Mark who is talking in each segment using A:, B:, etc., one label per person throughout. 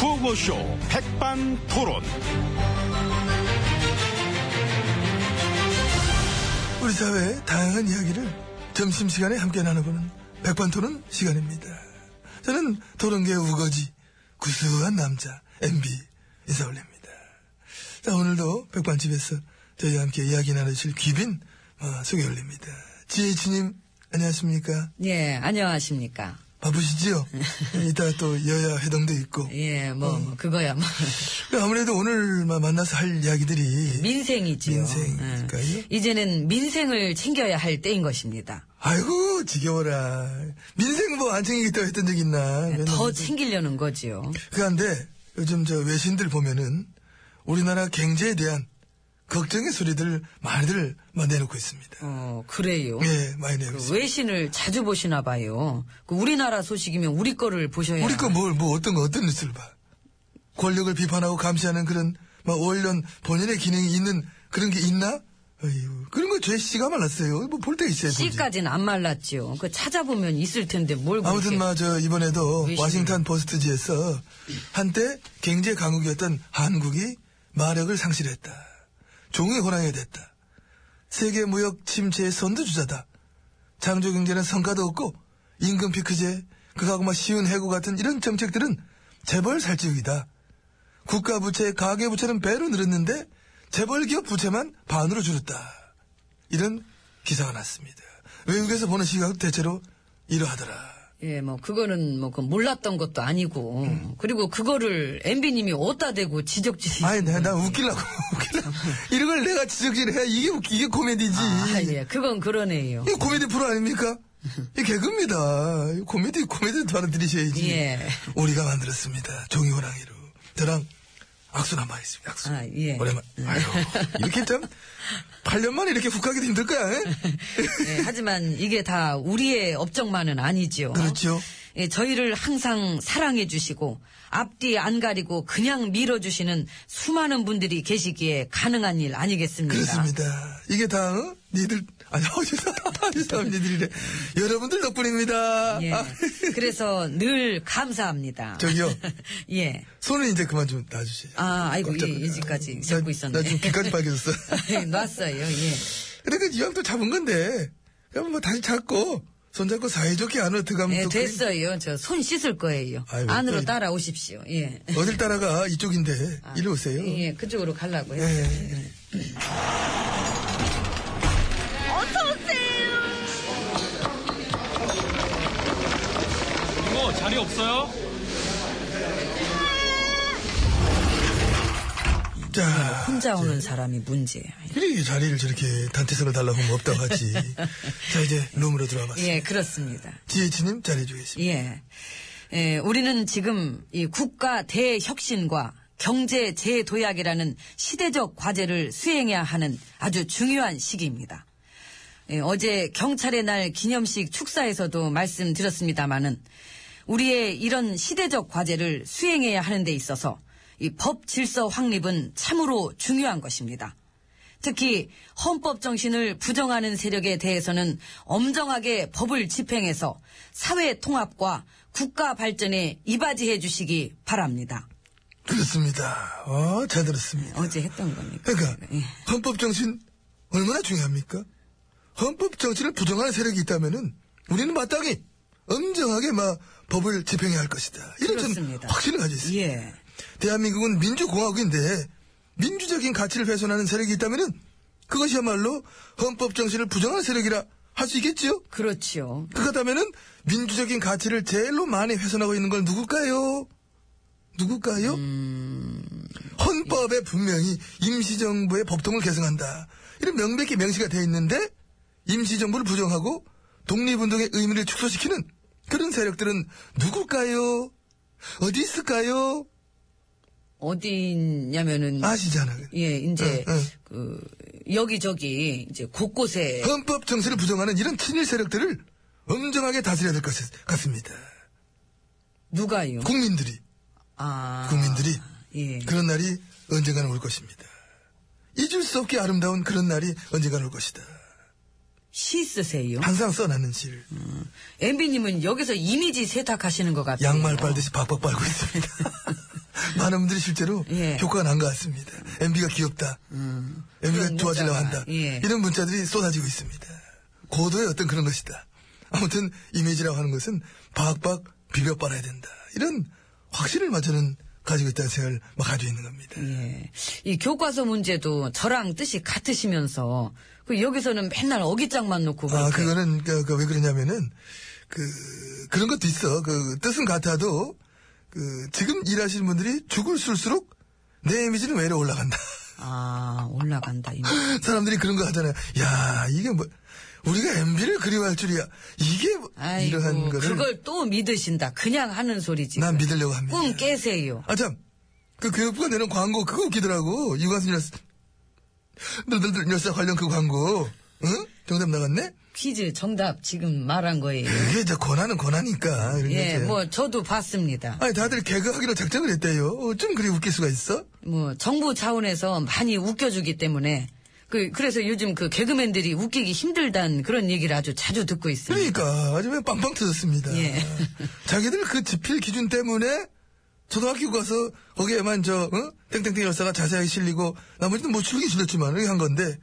A: 구호쇼 백반토론.
B: 우리 사회의 다양한 이야기를 점심시간에 함께 나눠보는 백반토론 시간입니다. 저는 토론계의 우거지, 구수한 남자, MB 인사 올립니다. 자, 오늘도 백반집에서 저희와 함께 이야기 나누실 귀빈 어, 소개 올립니다. 지혜진님, 안녕하십니까?
C: 예, 안녕하십니까.
B: 바쁘시지요? 이따 또 여야 회동도 있고. 네,
C: 예,
B: 어.
C: 뭐, 뭐 그거야, 뭐.
B: 아무래도 오늘 마- 만나서 할 이야기들이
C: 민생이지요.
B: 민생이니까요.
C: 예. 이제는 민생을 챙겨야 할 때인 것입니다.
B: 아이고 지겨워라 민생 뭐 안 챙기겠다고 했던 적 있나
C: 네, 더 챙기려는 거지요.
B: 그런데 요즘 저 외신들 보면은 우리나라 경제에 대한 걱정의 소리들 많이들 막 내놓고 있습니다
C: 어, 그래요.
B: 예 많이 내놓고
C: 그
B: 있습니다
C: 외신을 자주 보시나 봐요. 그 우리나라 소식이면 우리 거를 보셔야.
B: 우리 거 뭘 뭐 어떤 거 어떤 뉴스를 봐 권력을 비판하고 감시하는 그런 막 원론 본연의 기능이 있는 그런 게 있나 어이구, 그런 거 죄 씨가 말랐어요 뭐 볼 때 있어야 되지
C: 씨까지는 안 말랐지요. 그 찾아보면 있을 텐데 뭘
B: 아무튼
C: 그렇게-
B: 맞아 이번에도
C: 외신을.
B: 워싱턴 포스트지에서 한때 경제 강국이었던 한국이 마력을 상실했다. 종의 호랑이 됐다. 세계 무역 침체의 선두주자다. 창조 경제는 성과도 없고 임금 피크제, 그하고 막 쉬운 해고 같은 이런 정책들은 재벌 살찌우기다. 국가 부채, 가계 부채는 배로 늘었는데 재벌 기업 부채만 반으로 줄었다. 이런 기사가 났습니다. 외국에서 보는 시각도 대체로 이러하더라.
C: 예, 뭐 그거는 뭐그 몰랐던 것도 아니고 그리고 그거를 MB님이 어디다 대고 지적지.
B: 음. 아니, 나, 나 웃기려고, 웃기려고. 이런 걸 내가 지적질 해. 이게 웃기, 이게 코미디지.
C: 아, 예, 그건 그러네요.
B: 이거 코미디 프로 아닙니까? 이 개그입니다. 이거 코미디, 코미디 받아들이셔야지.
C: 예.
B: 우리가 만들었습니다. 종이호랑이로. 저랑 악수 남아있습니다. 악수.
C: 아, 예.
B: 오랜만. 아유, 이렇게 참, 8년 만에 이렇게 훅 하기도 힘들 거야. 에?
C: 예, 하지만 이게 다 우리의 업적만은 아니지요.
B: 그렇죠.
C: 예, 저희를 항상 사랑해 주시고 앞뒤 안 가리고 그냥 밀어 주시는 수많은 분들이 계시기에 가능한 일 아니겠습니까?
B: 그렇습니다. 이게 다, 어? 니들, 아니, 어디서, 어디서 니들이래. 여러분들 덕분입니다.
C: 예.
B: 아,
C: 그래서 늘 감사합니다.
B: 저기요.
C: 예.
B: 손은 이제 그만 좀 놔주세요.
C: 아, 아이고,
B: 깜짝 놀랐네.
C: 예, 예지까지 잡고
B: 나- 나
C: 있었네.
B: 지금 귀까지 빨개졌어.
C: 놨어요, 예.
B: 근데 그 이왕 또 잡은 건데, 그럼 뭐 다시 잡고, 손잡고 사이좋게 안으로 들어가면
C: 예,
B: 또.
C: 됐어요. 저 손 씻을 거예요.
B: 아이고,
C: 안으로
B: 또 이-
C: 따라오십시오. 예.
B: 그냥 어딜 따라가, 이쪽인데.
C: 아,
B: 이리 오세요.
C: 예, 그쪽으로 가려고
B: 예,
C: 해요.
B: 예.
A: 이모 뭐, 자리 없어요?
B: 자.
C: 아, 혼자 오는 사람이 문제예요.
B: 그래, 자리를 저렇게 단체석을 달라고 하면 없다고 하지. 자, 이제 룸으로 들어와 봤습니다.
C: 예, 그렇습니다.
B: 지혜진님 자리해주겠습니다.
C: 예. 예, 우리는 지금 이 국가 대혁신과 경제 재도약이라는 시대적 과제를 수행해야 하는 아주 중요한 시기입니다. 예, 어제 경찰의 날 기념식 축사에서도 말씀드렸습니다마는 우리의 이런 시대적 과제를 수행해야 하는 데 있어서 이 법 질서 확립은 참으로 중요한 것입니다. 특히 헌법 정신을 부정하는 세력에 대해서는 엄정하게 법을 집행해서 사회 통합과 국가 발전에 이바지해 주시기 바랍니다.
B: 그렇습니다. 어, 잘 들었습니다.
C: 어제 했던 겁니까?
B: 그러니까
C: 예.
B: 헌법 정신 얼마나 중요합니까? 헌법 정신을 부정하는 세력이 있다면은 우리는 마땅히 엄정하게 막 법을 집행해야 할 것이다. 이런 저는
C: 그렇습니다.
B: 확신을 가지고 있습니다.
C: 예.
B: 대한민국은 민주공화국인데 민주적인 가치를 훼손하는 세력이 있다면은 그것이야말로 헌법 정신을 부정하는 세력이라 할 수 있겠지요?
C: 그렇지요.
B: 그렇다면은 민주적인 가치를 제일로 많이 훼손하고 있는 건 누굴까요? 누굴까요?
C: 음,
B: 헌법에 분명히 임시정부의 법통을 개성한다. 이런 명백히 명시가 돼 있는데 임시정부를 부정하고 독립운동의 의미를 축소시키는 그런 세력들은 누굴까요? 어디 있을까요?
C: 어디 있냐면은
B: 아시잖아요. 네, 어,
C: 예, 이제
B: 응, 응.
C: 그 여기저기 이제 곳곳에
B: 헌법 정세를 부정하는 이런 친일 세력들을 엄정하게 다스려야 될 것 같습니다.
C: 누가요?
B: 국민들이.
C: 아.
B: 국민들이
C: 예.
B: 그런 날이 언젠가는 올 것입니다. 잊을 수 없게 아름다운 그런 날이 언젠가는 올 것이다.
C: 시 쓰세요.
B: 항상 써놨는 실
C: MB님은 여기서 이미지 세탁하시는 것 같아요.
B: 양말 빨듯이 박박 빨고 있습니다. 많은 분들이 실제로
C: 예. 음.
B: 효과가 난 것 같습니다. MB가 귀엽다. MB가
C: 그런
B: 좋아지려고
C: 문자가,
B: 한다.
C: 예.
B: 이런 문자들이 쏟아지고 있습니다. 고도의 어떤 그런 것이다. 아무튼 이미지라고 하는 것은 박박 비벼 빨아야 된다. 이런 확신을 마 저는 가지고 있다는 생각을 막 가지고 있는 겁니다.
C: 예. 이 교과서 문제도 저랑 뜻이 같으시면서 그 여기서는 맨날 어깃장만 놓고
B: 아,
C: 그렇게
B: 그거는, 그, 그, 왜 그러냐면은, 그, 그런 것도 있어. 그, 뜻은 같아도, 그, 지금 일하시는 분들이 죽을 쓸수록 내 이미지는 외로 올라간다.
C: 아 올라간다 이미.
B: 사람들이 그런 거 하잖아요. 야, 이게 뭐, 우리가 MB를 그리워할 줄이야. 이게, 뭐-
C: 아이고,
B: 이러한 거를.
C: 그걸 또 믿으신다. 그냥 하는 소리지.
B: 난 믿으려고 합니다.
C: 꿈 깨세요.
B: 아, 참. 그 교육부가 내는 광고, 그거 웃기더라고. 유관순 열사, 늘들들 열사 관련 그 광고. 응? 정답 나갔네?
C: 퀴즈 정답 지금 말한 거예요.
B: 그게 이제 권한은 권하니까. 이런
C: 예,
B: 거지.
C: 뭐 저도 봤습니다.
B: 아니 다들 개그하기로 작정을 했대요. 어쩜 그리 웃길 수가 있어?
C: 뭐 정부 차원에서 많이 웃겨주기 때문에 그 그래서 요즘 그 개그맨들이 웃기기 힘들단 그런 얘기를 아주 자주 듣고 있습니다.
B: 그러니까 아주 그냥 빵빵 터졌습니다.
C: 예.
B: 자기들 그 지필 기준 때문에 초등학교 가서 거기에만 저 어? 땡땡땡 열사가 자세하게 실리고 나머지는 뭐 줄기 줄였지만 이렇게 한 건데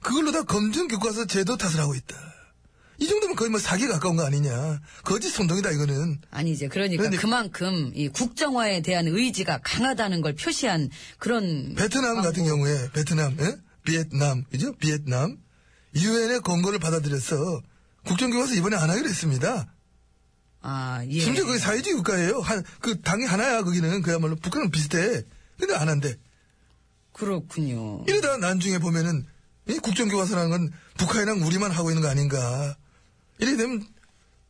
B: 그걸로 다 검증 교과서 제도 탓을 하고 있다. 이 정도면 거의 뭐 사기에 가까운 거 아니냐. 거짓 선동이다 이거는.
C: 아니 이제 그러니까
B: 그런데-
C: 그만큼 이 국정화에 대한 의지가 강하다는 걸 표시한 그런
B: 베트남 같은 경우에 베트남, 예? 비엣남, 그죠? 비엣남 유엔의 권고를 받아들여서 국정교과서 이번에 안 하기로 했습니다.
C: 아 예.
B: 심지어 그게 사회주의 국가예요. 한, 그 당이 하나야, 거기는. 그야말로. 북한은 비슷해. 근데 안 한대.
C: 그렇군요.
B: 이러다 난중에 보면은, 이 국정교과서라는 건 북한이랑 우리만 하고 있는 거 아닌가. 이래 되면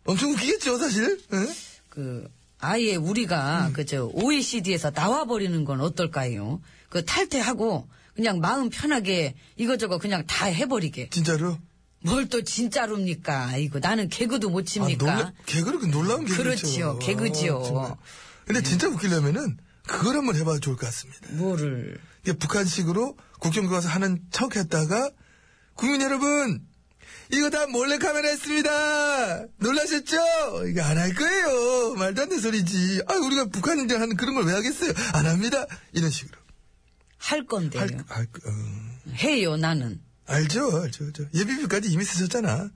B: 엄청 웃기겠죠, 사실. 예? 응?
C: 그 아예 우리가
B: 음.
C: 그저 OECD에서 나와 버리는 건 어떨까요? 그 탈퇴하고 그냥 마음 편하게 이거저거 그냥 다 해버리게.
B: 진짜로.
C: 뭘 또 진짜로입니까? 이거 나는 개그도 못
B: 아,
C: 칩니까?
B: 놀라, 개그를, 그 놀라운 개그죠.
C: 그러니까.
B: 어,
C: 그렇지요, 개그지요.
B: 근데 진짜 웃기려면은, 그걸 한번 해봐도 좋을 것 같습니다.
C: 뭐를
B: 이게 북한식으로 국정교과서 하는 척 했다가, 국민 여러분, 이거 다 몰래카메라 했습니다! 놀라셨죠? 이거 안 할 거예요. 말도 안 되는 소리지. 아, 우리가 북한인들 하는 그런 걸 왜 하겠어요? 안 합니다. 이런 식으로.
C: 할 건데요.
B: 할, 할, 어,
C: 해요 나는.
B: 알죠, 알죠, 알죠. 예비비까지 이미 쓰셨잖아.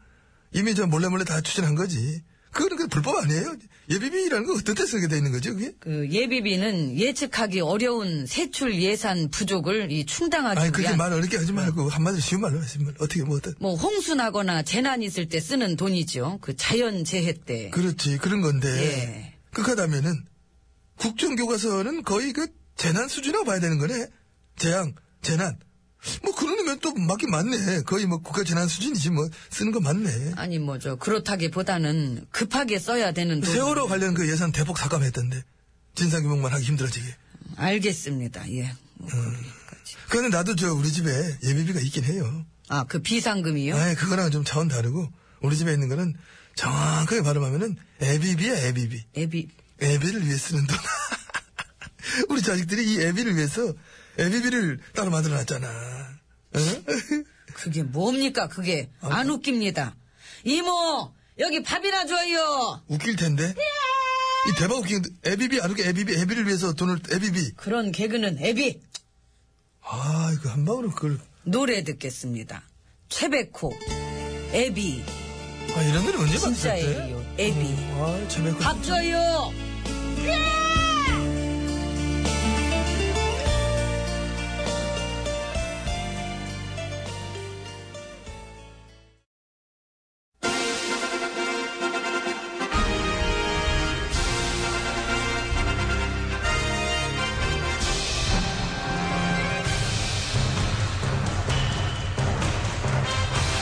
B: 이미 저 몰래몰래 다 추진한 거지. 그거는 그 불법 아니에요? 예비비라는 거 어떤 때 쓰게 돼 있는 거죠, 그게?
C: 그 예비비는 예측하기 어려운 세출 예산 부족을 이 충당하기
B: 아니, 그렇게
C: 위한
B: 말 어렵게 하지 말고, 한마디로 쉬운 말로 하시면 어떻게, 뭐, 어떤.
C: 뭐 홍수나거나 재난 있을 때 쓰는 돈이죠. 그 자연 재해 때.
B: 그렇지, 그런 건데.
C: 예.
B: 극하다면은, 국정교과서는 거의 그 재난 수준이라고 봐야 되는 거네. 재앙, 재난. 뭐, 그러면 또 맞긴 맞네. 거의 뭐 국가 재난 수준이지, 뭐, 쓰는 거 맞네.
C: 아니 뭐 저 그렇다기보다는 급하게 써야 되는 돈.
B: 세월호 관련 그 예산 대폭 삭감했던데. 진상규명만 하기 힘들어지게.
C: 알겠습니다. 예. 뭐 거기까지.
B: 그거는 나도 저 우리 집에 예비비가 있긴 해요.
C: 아, 그 비상금이요?
B: 아예 그거랑 좀 차원 다르고 우리 집에 있는 거는 정확하게 발음하면은 에비비야 에비비.
C: 애비.
B: 에비를 위해 쓰는 돈. 우리 자식들이 이 에비를 위해서 에비비를 따로 만들어놨잖아. 어?
C: 그게 뭡니까, 그게.
B: 아,
C: 안
B: 네.
C: 웃깁니다. 이모! 여기 밥이나 줘요!
B: 웃길 텐데. 이 대박 웃긴 에비비 아르게 에비비 에비를 위해서 돈을 에비비.
C: 그런 개그는 애비!
B: 아 이거 한 방으로 그걸.
C: 노래 듣겠습니다. 최백호, 애비.
B: 아 이런 데는 언제 봤을 때?
C: 진짜예요, 애비.
B: 아 재밌고.
C: 밥 줘요!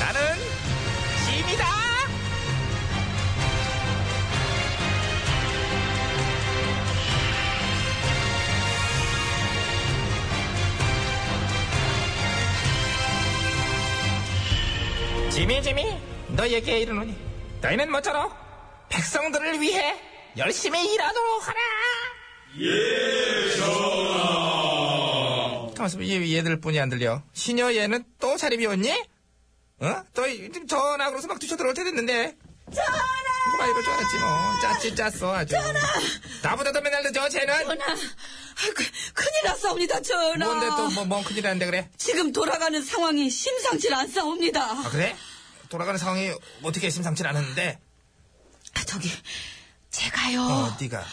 A: 나는 짐이다. 짐이 짐이 너에게 이르노니 너희는 모쪼록 백성들을 위해 열심히 일하도록 하라. 예, 전하. 잠깐만, 얘- 얘들뿐이 안 들려. 시녀 얘는 또 자리 비웠니? 어? 또, 이- 지금 전화 그러서 막 뛰쳐들어올 때 됐는데.
D: 전하!
A: 누가 이럴 줄 알았지 뭐. 짰지 짰어 아주. 나보다 더 맨날 늦어 쟤는.
C: 전하, 아이고, 그, 큰일 났사옵니다, 전하.
A: 뭔데 또뭐 뭔 큰일 났는데 그래?
C: 지금 돌아가는 상황이 심상치 않사옵니다.
A: 아 그래? 돌아가는 상황이 어떻게 심상치 않았는데?
C: 아, 저기, 제가요,
A: 어, 네가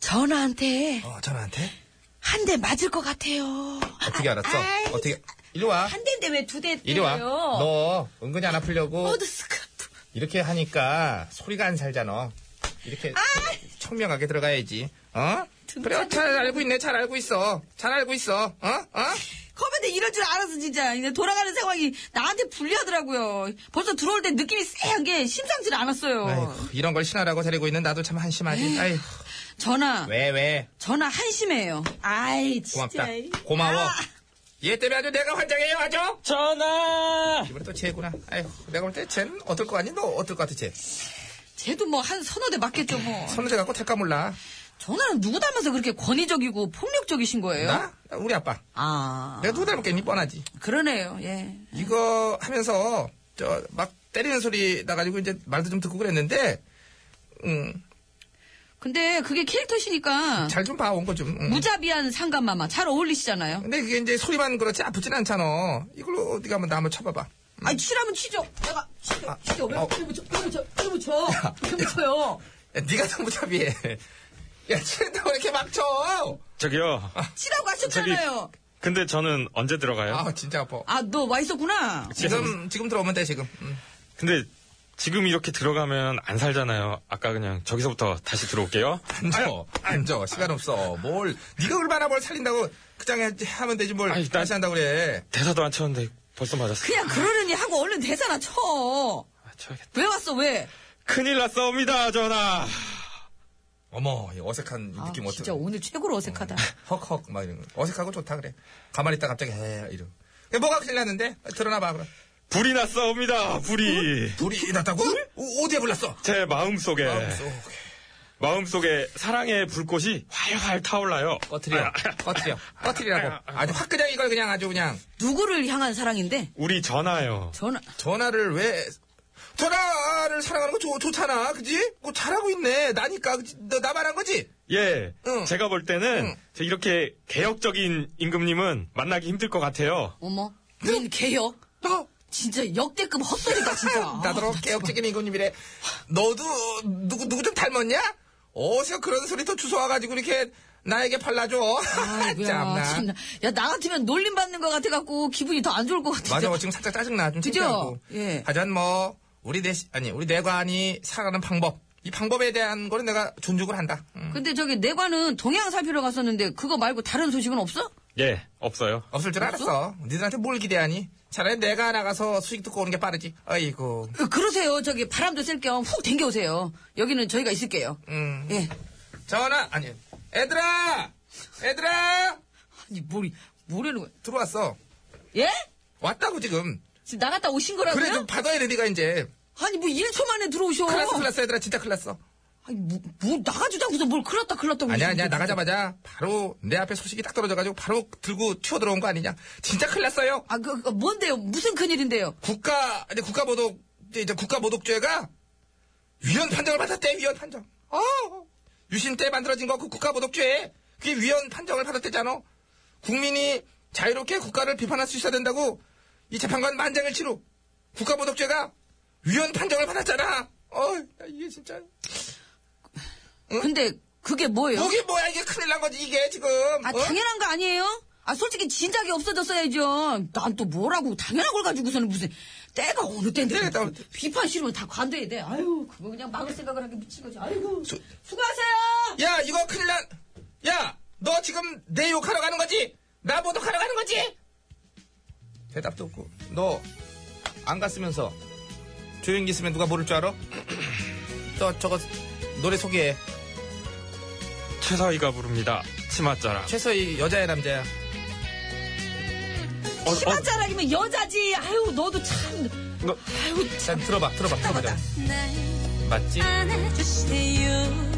C: 전하한테
A: 어, 전화한테
C: 한 대 맞을 것 같아요.
A: 어떻게
C: 아,
A: 알았어?
C: 아이,
A: 어떻게? 이리 와.
C: 한 대인데 왜 두 대?
A: 이리 와. 너 은근히 안 아프려고
C: 모두 스카프.
A: 이렇게 하니까 소리가 안 살잖아. 이렇게 청명하게 들어가야지. 어? 그래, 잘 알고 있네. 잘 알고 있어. 잘 알고 있어. 어? 어?
C: 커맨데 이럴 줄 알았어, 진짜. 이제 돌아가는 상황이 나한테 불리하더라고요. 벌써 들어올 때 느낌이 쎄한 게 심상치 않았어요.
A: 아이고, 이런 걸 신하라고 데리고 있는 나도 참 한심하지. 아이,
C: 전하,
A: 왜, 왜.
C: 전하 한심해요. 아이, 진짜.
A: 고맙다. 고마워. 얘 때문에 아주 내가 환장해요, 아주.
D: 전하!
A: 이번에 또 쟤구나. 아이고, 내가 볼 때 쟤는 어떨 거 아니? 너 어떨 것 같아, 쟤?
C: 쟤도 뭐 한 서너 대 맞겠죠, 뭐.
A: 선우재 갖고 탈까 몰라.
C: 전화는 누구 닮아서 그렇게 권위적이고 폭력적이신 거예요?
A: 나? 나 우리 아빠.
C: 아,
A: 내가 누구 닮았겠니? 뻔하지.
C: 그러네요, 예.
A: 이거 하면서 저 막 때리는 소리 나가지고 이제 말도 좀 듣고 그랬는데 음,
C: 근데 그게 캐릭터시니까
A: 잘 좀 봐 온 거 좀. 음.
C: 무자비한 상감마마 잘 어울리시잖아요.
A: 근데 그게 이제 소리만 그렇지 아프진 않잖아. 이걸로 어디 가면 나 한번 쳐봐봐.
C: 아, 치라면 치죠. 내가 치죠,
A: 아,
C: 치죠. 왜
A: 어.
C: 이렇게 붙여, 이렇게 붙여, 이렇게 붙여. 이렇게 붙여요.
A: 야, 네가 더 무자비해. 야, 치는다고 이렇게 막 쳐.
D: 저기요.
C: 치라고 하셨잖아요.
D: 근데 저는 언제 들어가요?
A: 아, 진짜 아파.
C: 아, 너 와 있었구나.
A: 지금 지금 들어오면 돼 지금. 음.
D: 근데 지금 이렇게 들어가면 안 살잖아요. 아까 그냥 저기서부터 다시 들어올게요.
A: 앉아, 앉아. 시간 없어. 뭘 네가 얼마나 뭘 살린다고 그장에 하면 되지 뭘
D: 아이, 난-
A: 다시 한다 고 그래.
D: 대사도 안 쳤는데 벌써 맞았어.
C: 그냥 그러느니 하고 얼른 대사나 쳐.
D: 아, 쳐야겠다.
C: 왜 왔어, 왜?
D: 큰일 났사옵니다, 전하!
A: 어머, 이 어색한 이
C: 아,
A: 느낌
C: 진짜
A: 어떡해. 네.
C: 오늘 최고로 어색하다.
A: 헉헉 막 이런 거 어색하고 좋다 그래 가만히 있다 갑자기 에 이러 야, 뭐가 큰일 났는데 드러나봐 그럼
D: 불이 났사옵니다, 불이!
A: 불이 났다고 오, 어디에 불났어
D: 제 마음속에,
A: 마음속
D: 마음속에 사랑의 불꽃이 활활 타올라요.
B: 어.
A: 꺼트려
D: 아,
A: 꺼트려 꺼트리라고 아주 확 그냥 이걸 그냥 아주 그냥
C: 누구를 향한 사랑인데?
D: 우리 전하요.
C: 전화,
A: 전화를 왜 전화를 사랑하는 거 좋, 좋잖아 그지 뭐 잘하고 있네 나니까 그지? 너 나 말한 거지
D: 예,
A: 응.
D: 제가 볼 때는 저 이렇게 개혁적인 임금님은 만나기 힘들 것 같아요.
C: 어머, 웬그 개요?
A: 너
C: 진짜 역대급 헛소리다 아, 진짜.
A: 나더러 개혁적인 이군님이래 너도 누구 누구 좀 닮았냐 어디서 그런 소리 또 주워와가지고 이렇게 나에게 발라줘
C: 아이고야, 참나. 야, 나 같으면 놀림 받는 것 같아갖고 기분이 더 안 좋을 것 같은데.
A: 맞아, 뭐 지금 살짝 짜증나. 좀
C: 그죠?
A: 창피하고.
C: 예.
A: 하여간 뭐, 우리 내, 아니, 우리 내관이 살아가는 방법. 이 방법에 대한 거는 내가 존중을 한다. 음.
C: 근데 저기 내관은 동양 살피러 갔었는데 그거 말고 다른 소식은 없어?
D: 예, 없어요.
A: 없을 줄 알았어. 니들한테 뭘 기대하니? 차라리 내가 나가서 수익 듣고 오는 게 빠르지. 아이고.
C: 그, 그러세요. 저기 바람도 쐴 겸 훅 댕겨오세요. 여기는 저희가 있을게요.
A: 음.
C: 예.
A: 전화, 아니, 애들아! 애들아!
C: 아니, 뭘, 뭐라는 거야.
A: 들어왔어.
C: 예?
A: 왔다고 지금.
C: 지금 나갔다 오신 거라고요?
A: 그래, 좀 받아야 돼, 니가 이제.
C: 아니, 뭐 1초 만에 들어오셔.
A: 클났어, 클났어, 얘들아. 진짜 클났어.
C: 아니, 뭐, 뭐 나가주자고서 뭘 클났다 클났다고.
A: 아니야,
C: 그러시는데.
A: 아니야. 나가자마자 바로 내 앞에 소식이 딱 떨어져가지고 바로 들고 튀어 들어온 거 아니냐. 진짜 클났어요.
C: 아, 그, 그 뭔데요? 무슨 큰일인데요?
A: 국가 근데 국가 모독 이제 이제 국가 모독죄가 위헌 판정을 받았대 위헌 판정. 어 유신 때 만들어진 거 그 국가 모독죄 그게 위헌 판정을 받았대잖아. 국민이 자유롭게 국가를 비판할 수 있어야 된다고 이 재판관 만장일치로 국가 모독죄가 위헌 판정을 받았잖아. 어 야, 이게 진짜
C: 근데 그게 뭐예요?
A: 목이 뭐야 이게 큰일 난 거지 이게 지금.
C: 아,
A: 어?
C: 당연한 거 아니에요? 아, 솔직히 진작에 없어졌어야죠. 난 또 뭐라고 당연한 걸 가지고서는 무슨 때가 어느 때인데
D: 네,
A: 때가
C: 그걸
A: 어느 때.
C: 비판 싫으면 다 관둬야 돼. 아유, 그거 그냥 막을 생각을 하게 미친 거지. 아이고,
A: 저-
C: 수고하세요.
A: 야 이거 큰일 난. 야너 지금 내 욕하러 가는 거지? 나 모독하러 가는 거지? 대답도 없고 너 안 갔으면서 조용히 있으면 누가 모를 줄 알아? 저 저거 노래 소개해
D: 최서희가 부릅니다. 치맛자랑.
A: 최서희 여자야 남자야
D: 어, 어,
C: 심한 자랑이면 여자지. 아유, 너도 참.
D: 너-
C: 아유,
A: 자 들어봐 들어봐 들어보자 맞지?
E: 안아주세요